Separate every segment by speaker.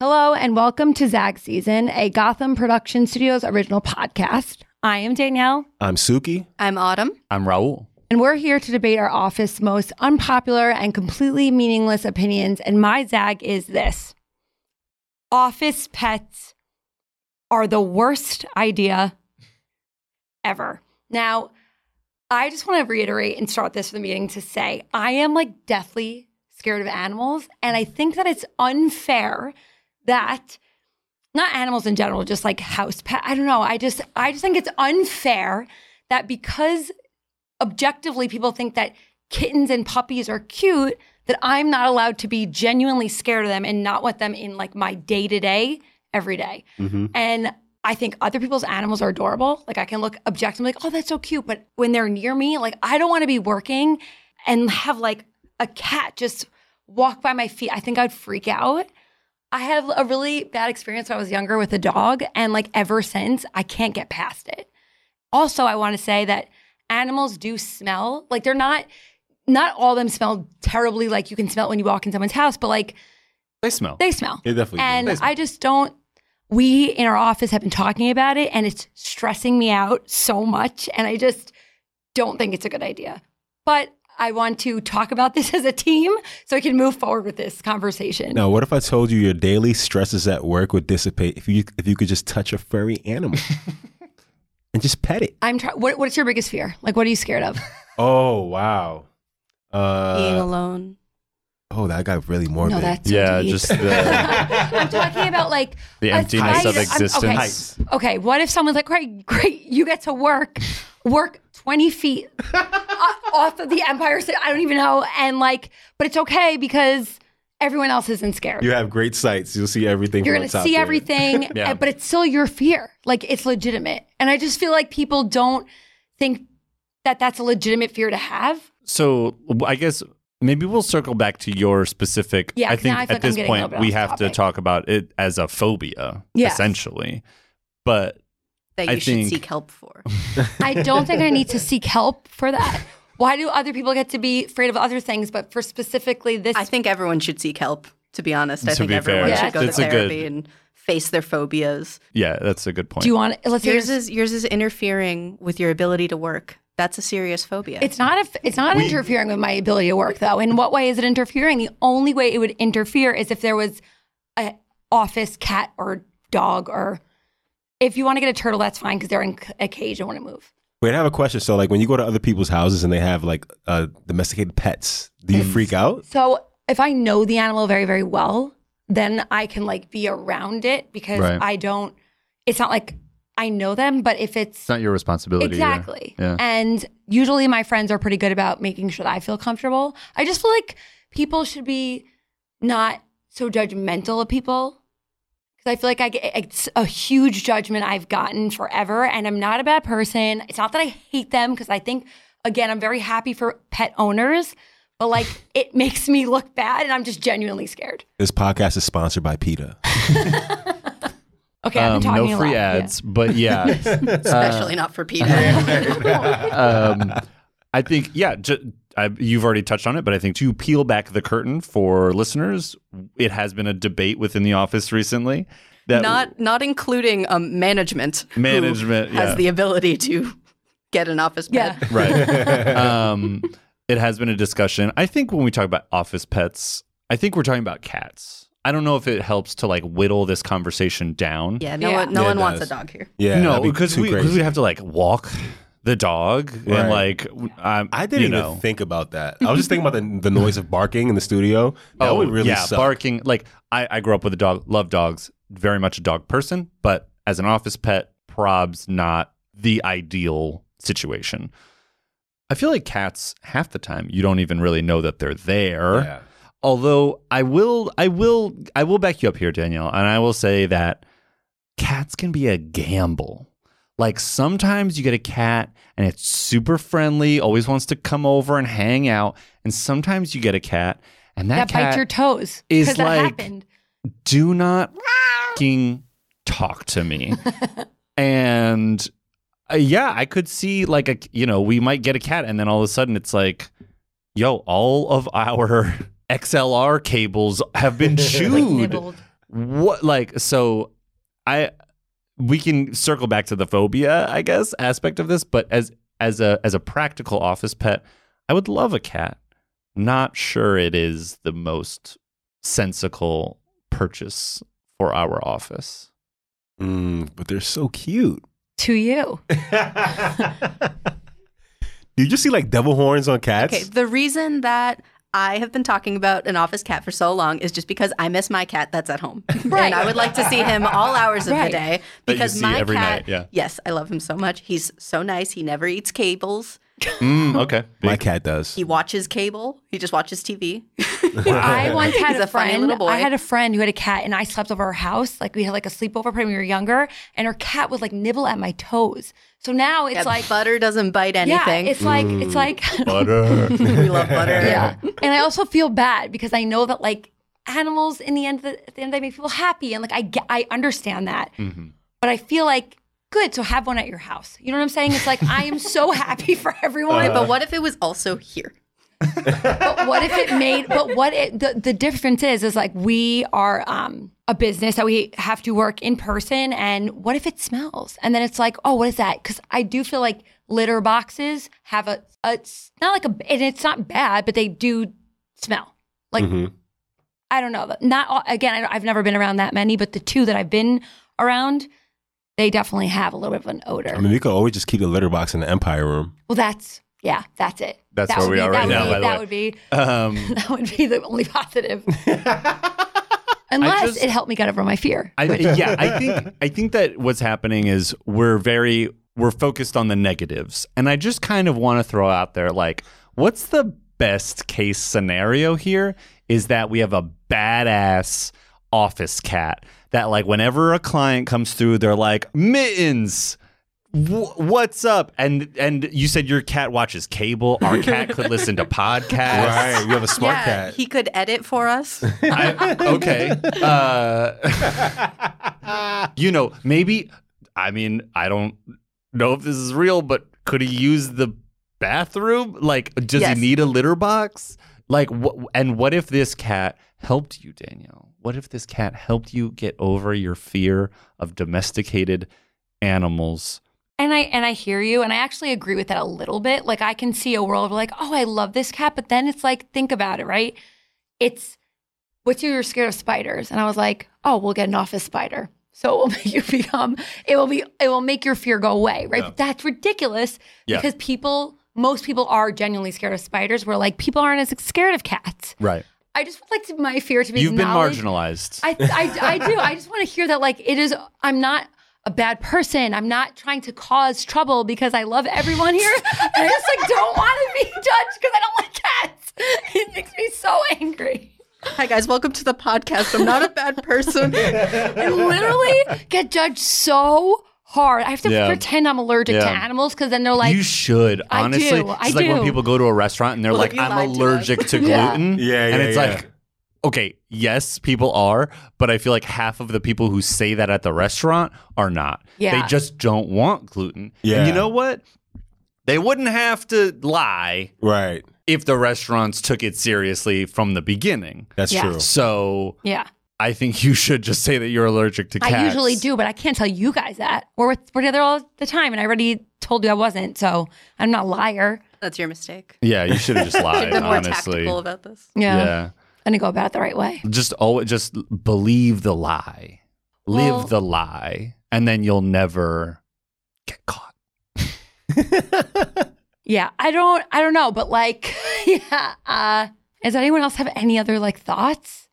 Speaker 1: Hello and welcome to Zag Season, a Gotham Production Studios original podcast. I am Danielle,
Speaker 2: I'm Suki.
Speaker 3: I'm Autumn.
Speaker 4: I'm Raul.
Speaker 1: and we're here to debate our office most unpopular and completely meaningless opinions. And my Zag is this Office pets are the worst idea ever. Now, I just want to reiterate and start this for the meeting to say I am like deathly scared of animals. And I think that it's unfair that not animals in general, just like house pet. I don't know. I just I just think it's unfair that because objectively people think that kittens and puppies are cute, that I'm not allowed to be genuinely scared of them and not want them in like my day to day every day. And I think other people's animals are adorable. Like I can look objectively like, oh, that's so cute. But when they're near me, like I don't want to be working and have like a cat just walk by my feet. I think I'd freak out. I have a really bad experience when I was younger with a dog, and like ever since, I can't get past it. Also, I want to say that animals do smell. Like they're not, not all of them smell terribly. Like you can smell it when you walk in someone's house, but like
Speaker 4: They smell.
Speaker 1: they smell.
Speaker 2: It definitely.
Speaker 1: And
Speaker 2: does.
Speaker 1: I just don't. We in our office have been talking about it, and it's stressing me out so much. And I just don't think it's a good idea. But I want to talk about this as a team so I can move forward with this conversation.
Speaker 2: now, what if I told you your daily stresses at work would dissipate if you if you could just touch a furry animal and just pet it?
Speaker 1: I'm trying. What, what's your biggest fear? Like, what are you scared of?
Speaker 2: Oh wow.
Speaker 3: Being
Speaker 2: Uh,
Speaker 3: alone.
Speaker 2: oh, that got really morbid.
Speaker 3: No, that's
Speaker 4: yeah,
Speaker 3: deep.
Speaker 4: just the,
Speaker 1: I'm talking about like
Speaker 4: the
Speaker 1: a
Speaker 4: emptiness
Speaker 1: tiger-
Speaker 4: of
Speaker 1: I'm- okay.
Speaker 4: existence.
Speaker 1: Okay, what if someone's like, great, great, you get to work, work 20 feet o- off of the Empire State. I don't even know. And like, but it's okay because everyone else isn't scared.
Speaker 2: you have great sights. You'll see everything.
Speaker 1: You're
Speaker 2: from
Speaker 1: going
Speaker 2: the
Speaker 1: to
Speaker 2: top
Speaker 1: see
Speaker 2: there.
Speaker 1: everything,
Speaker 4: Yeah.
Speaker 1: uh, but it's still your fear. Like, it's legitimate. And I just feel like people don't think that that's a legitimate fear to have.
Speaker 4: So I guess maybe we'll circle back to your specific.
Speaker 1: Yeah,
Speaker 4: I
Speaker 1: 'cause
Speaker 4: think
Speaker 1: now I feel
Speaker 4: at
Speaker 1: like I'm
Speaker 4: this
Speaker 1: getting a little
Speaker 4: point
Speaker 1: bit
Speaker 4: we
Speaker 1: off
Speaker 4: have to
Speaker 1: topic.
Speaker 4: talk about it as a phobia,
Speaker 1: Yes.
Speaker 4: essentially. But
Speaker 3: that
Speaker 4: I
Speaker 3: you should
Speaker 4: think-
Speaker 3: seek help for.
Speaker 1: I don't think I need to seek help for that. Why do other people get to be afraid of other things, but for specifically this
Speaker 3: I think everyone should seek help. To be honest, I
Speaker 4: To
Speaker 3: think
Speaker 4: be
Speaker 3: everyone
Speaker 1: fair,
Speaker 3: should go
Speaker 4: that's a
Speaker 3: to
Speaker 4: good-
Speaker 3: therapy and face their phobias.
Speaker 4: yeah, that's a good point.
Speaker 1: Do you want? Let's hear.
Speaker 3: Yours is yours is interfering with your ability to work. That's a serious phobia.
Speaker 1: It's not. A, it's not interfering with my ability to work, though. In what way is it interfering? The only way it would interfere is if there was a office cat or dog, or if you want to get a turtle, that's fine because they're in c- a cage and want to move.
Speaker 2: Wait, I have a question. So, like, when you go to other people's houses and they have like uh, domesticated pets, do you freak out?
Speaker 1: So if I know the animal very, very well, then I can like be around it because
Speaker 4: Right.
Speaker 1: I don't. It's not like I know them, but if it's
Speaker 4: it's not your responsibility. yeah.
Speaker 1: Exactly.
Speaker 4: Yeah.
Speaker 1: And usually my friends are pretty good about making sure that I feel comfortable. I just feel like people should be not so judgmental of people. Cause I feel like I get, it's a huge judgment I've gotten forever and I'm not a bad person. It's not that I hate them because I think, again, I'm very happy for pet owners, but like it makes me look bad and I'm just genuinely scared.
Speaker 2: This podcast is sponsored by PETA.
Speaker 1: Okay, I've been talking
Speaker 4: Um, no
Speaker 1: a
Speaker 4: free
Speaker 1: lot. Yeah.
Speaker 4: ads, but yeah.
Speaker 3: especially not for Peter.
Speaker 4: um, I think, yeah, ju- I, you've already touched on it, but I think to peel back the curtain for listeners, it has been a debate within the office recently that
Speaker 3: not not including um, management. who
Speaker 4: Management, yeah.
Speaker 3: has the ability to get an office
Speaker 1: Yeah.
Speaker 3: pet.
Speaker 4: right. um, it has been a discussion. I think when we talk about office pets, I think we're talking about cats. I don't know if it helps to like whittle this conversation down.
Speaker 3: Yeah, no
Speaker 1: Yeah.
Speaker 3: one no
Speaker 2: Yeah, it
Speaker 3: one wants a
Speaker 2: does.
Speaker 3: dog here.
Speaker 2: Yeah,
Speaker 4: no,
Speaker 2: that'd be
Speaker 4: because
Speaker 2: too
Speaker 4: we
Speaker 2: crazy.
Speaker 4: would have to like walk the dog
Speaker 2: Right.
Speaker 4: and like i
Speaker 2: I didn't
Speaker 4: you know.
Speaker 2: even think about that. I was just thinking about the, the noise of barking in the studio. That would really
Speaker 4: Oh, yeah,
Speaker 2: suck.
Speaker 4: barking. Like I, I grew up with a dog, love dogs, very much a dog person, but as an office pet, probs not the ideal situation. I feel like cats half the time you don't even really know that they're there.
Speaker 2: Yeah.
Speaker 4: Although I will I will I will back you up here, Danielle, and I will say that cats can be a gamble. Like sometimes you get a cat and it's super friendly, always wants to come over and hang out, and sometimes you get a cat and
Speaker 1: That
Speaker 4: that, cat
Speaker 1: bites your toes.
Speaker 4: is
Speaker 1: Because that
Speaker 4: like-
Speaker 1: happened.
Speaker 4: do not fucking talk to me. and uh, yeah, I could see like a you know we might get a cat, and then all of a sudden it's like, yo, all of our XLR cables have been chewed.
Speaker 1: Nibbled.
Speaker 4: what like so i we can circle back to the phobia i guess aspect of this but as as a as a practical office pet i would love a cat not sure it is the most sensical purchase for our office
Speaker 2: Mm, but they're so cute.
Speaker 1: to you.
Speaker 2: Do you just see like devil horns on cats?
Speaker 3: Okay, the reason that I have been talking about an office cat for so long is just because I miss my cat that's at home.
Speaker 1: Right.
Speaker 3: And I would like to see him all hours of
Speaker 1: Right.
Speaker 3: the day
Speaker 4: That you
Speaker 3: because
Speaker 4: see
Speaker 3: my
Speaker 4: every
Speaker 3: cat,
Speaker 4: night, yeah.
Speaker 3: yes, I love him so much. He's so nice. He never eats cables.
Speaker 4: mm, okay
Speaker 2: My cat does.
Speaker 3: He watches cable. He just watches TV.
Speaker 1: I once had
Speaker 3: He's
Speaker 1: a,
Speaker 3: a funny
Speaker 1: friend.
Speaker 3: little boy.
Speaker 1: I had a friend who had a cat, and I slept over her house. Like we had like a sleepover party when we were younger, and her cat would like nibble at my toes. So now it's
Speaker 3: That
Speaker 1: like
Speaker 3: butter doesn't bite anything.
Speaker 1: Yeah, it's like it's like
Speaker 2: Mm-hmm.
Speaker 4: butter
Speaker 3: we love butter.
Speaker 1: yeah. And I also feel bad because I know that like animals in the end of the, at the end they make people happy, and like I get, I understand that, but I feel like good. So have one at your house. You know what I'm saying? It's like I am so happy for everyone.
Speaker 3: Wait, but what if it was also here?
Speaker 1: but what if it made but what it the, the difference is is like we are um a business that we have to work in person and what if it smells and then it's like oh what is that because i do feel like litter boxes have a, a it's not like a and it's not bad but they do smell like i don't know not all, again I, don't- i've never been around that many but the two that i've been around they definitely have a little bit of an odor
Speaker 2: I mean, we could always just keep the litter box in the empire room.
Speaker 1: well that's yeah that's it
Speaker 4: That's
Speaker 1: that
Speaker 4: where
Speaker 1: would
Speaker 4: we
Speaker 1: be-
Speaker 4: are
Speaker 1: that
Speaker 4: right
Speaker 1: would
Speaker 4: now,
Speaker 1: be-
Speaker 4: by the
Speaker 1: that
Speaker 4: way.
Speaker 1: would be
Speaker 4: um
Speaker 1: that would be the only positive. Unless
Speaker 4: just-
Speaker 1: it helped me get over my fear.
Speaker 4: I, yeah, I think I think that what's happening is we're very we're focused on the negatives, and I just kind of want to throw out there like, what's the best case scenario here? Is that we have a badass office cat that like whenever a client comes through, they're like mittens. wh- What's up? And and you said your cat watches cable. Our cat could listen to podcasts.
Speaker 2: Right. We have a smart
Speaker 3: yeah,
Speaker 2: cat.
Speaker 3: he could edit for us.
Speaker 4: I, okay. Uh, you know, maybe, I mean, I don't know if this is real, but could he use the bathroom? Like, does
Speaker 3: Yes.
Speaker 4: he need a litter box? Like, wh- and what if this cat helped you, Danielle? What if this cat helped you get over your fear of domesticated animals?
Speaker 1: And I and I hear you and I actually agree with that a little bit. Like I can see a world where like, oh, I love this cat, but then it's like, think about it, right? It's what's your you're scared of spiders? And I was like, oh, we'll get an office spider. So it will make you become it will be it will make your fear go away, right? But that's ridiculous
Speaker 4: Yeah.
Speaker 1: because people most people are genuinely scared of spiders. Where like people aren't as scared of cats.
Speaker 4: Right.
Speaker 1: I just would like to, my fear to be
Speaker 4: You've been
Speaker 1: acknowledged.
Speaker 4: marginalized.
Speaker 1: I, I, I do. I just want to hear that, like, it is, I'm not a bad person. I'm not trying to cause trouble because I love everyone here. And I just, like, don't want to be judged because I don't like cats. It makes me so angry.
Speaker 3: Hi guys, welcome to the podcast. I'm not a bad person.
Speaker 1: I literally get judged so hard. I have to
Speaker 4: Yeah.
Speaker 1: pretend I'm allergic to
Speaker 4: Yeah.
Speaker 1: animals because then they're like,
Speaker 4: you should
Speaker 1: I
Speaker 4: honestly.
Speaker 1: do, I
Speaker 4: it's like when
Speaker 1: do.
Speaker 4: people go to a restaurant and they're
Speaker 3: Well,
Speaker 4: like,
Speaker 3: you
Speaker 4: "I'm
Speaker 3: lied to
Speaker 4: allergic to
Speaker 1: Yeah.
Speaker 4: gluten."
Speaker 2: Yeah,
Speaker 4: and
Speaker 2: yeah,
Speaker 4: it's
Speaker 2: yeah.
Speaker 4: like, okay, yes, people are, but I feel like half of the people who say that at the restaurant are not.
Speaker 1: Yeah.
Speaker 4: they just don't want gluten. and
Speaker 2: Yeah.
Speaker 4: you know what? They wouldn't have to lie
Speaker 2: Right.
Speaker 4: if the restaurants took it seriously from the beginning.
Speaker 2: That's
Speaker 1: Yeah.
Speaker 2: true.
Speaker 4: So
Speaker 1: yeah,
Speaker 4: I think you should just say that you're allergic to cats.
Speaker 1: I usually do, but I can't tell you guys that. We're, with, we're together all the time, and I already told you I wasn't. So I'm not a liar.
Speaker 3: That's your mistake.
Speaker 4: Yeah, you should have just lied.
Speaker 3: Be more
Speaker 4: honestly,
Speaker 3: tactical about this.
Speaker 1: Yeah.
Speaker 4: yeah.
Speaker 1: I didn't go about it the right way.
Speaker 4: just always just believe the lie live
Speaker 1: Well-
Speaker 4: the lie and then you'll never get caught
Speaker 1: Yeah, I don't I don't know, but like yeah, uh does anyone else have any other like thoughts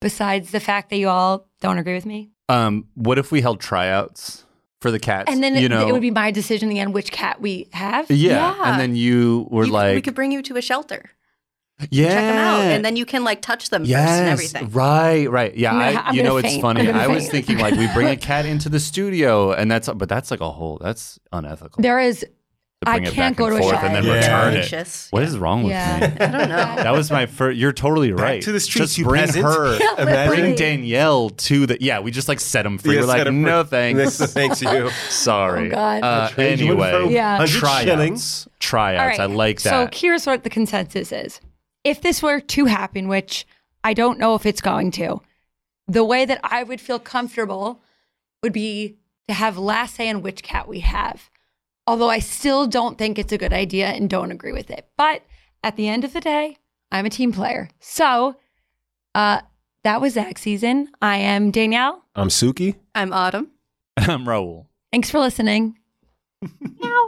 Speaker 1: besides the fact that you all don't agree with me?
Speaker 4: um what if we held tryouts for the cats
Speaker 1: And then
Speaker 4: you
Speaker 1: it,
Speaker 4: know
Speaker 1: it would be my decision in the end which cat we have.
Speaker 4: yeah, and then you were
Speaker 3: You-
Speaker 4: like
Speaker 3: we could bring you to a shelter.
Speaker 4: yeah
Speaker 3: check them out, and then you can like touch them first and
Speaker 4: Yes,
Speaker 3: everything.
Speaker 4: right, right. Yeah,
Speaker 1: I'm gonna-
Speaker 4: I,
Speaker 1: I'm
Speaker 4: you
Speaker 1: gonna
Speaker 4: know it's
Speaker 1: faint. I'm
Speaker 4: funny.
Speaker 1: gonna
Speaker 4: I was
Speaker 1: faint.
Speaker 4: thinking like we bring a cat into the studio, and that's but that's like a whole that's unethical.
Speaker 1: there is
Speaker 4: to
Speaker 1: I
Speaker 4: bring it
Speaker 1: can't
Speaker 4: back
Speaker 1: go
Speaker 4: and
Speaker 1: to a
Speaker 4: forth and then
Speaker 2: shelter. Yeah.
Speaker 4: return it.
Speaker 3: Anxious.
Speaker 4: What is wrong with
Speaker 1: Yeah.
Speaker 4: me?
Speaker 3: I don't know.
Speaker 4: That was my first. You're totally right.
Speaker 2: to the streets,
Speaker 4: Just
Speaker 2: you
Speaker 4: bring
Speaker 2: peasant.
Speaker 4: her.
Speaker 1: literally.
Speaker 4: Bring Danielle to the. Yeah, we just like set him free.
Speaker 2: Yeah,
Speaker 4: We're
Speaker 2: set
Speaker 4: like,
Speaker 2: him
Speaker 4: no
Speaker 2: free.
Speaker 4: thanks.
Speaker 2: Thanks you.
Speaker 4: Sorry.
Speaker 1: Oh, God.
Speaker 4: Uh,
Speaker 2: trade you in
Speaker 4: anyway,
Speaker 2: for
Speaker 1: Yeah.
Speaker 2: 100
Speaker 4: tryouts.
Speaker 2: shillings.
Speaker 1: all
Speaker 4: Tryouts.
Speaker 1: right.
Speaker 4: I like
Speaker 1: So
Speaker 4: that.
Speaker 1: here's what the consensus is. If this were to happen, which I don't know if it's going to, the way that I would feel comfortable would be to have last say on which cat we have. Although I still don't think it's a good idea and don't agree with it. But at the end of the day, I'm a team player. So uh, that was Zach season. I am Danielle.
Speaker 2: I'm Suki.
Speaker 3: I'm Autumn.
Speaker 4: I'm Raul.
Speaker 1: Thanks for listening.
Speaker 3: Meow.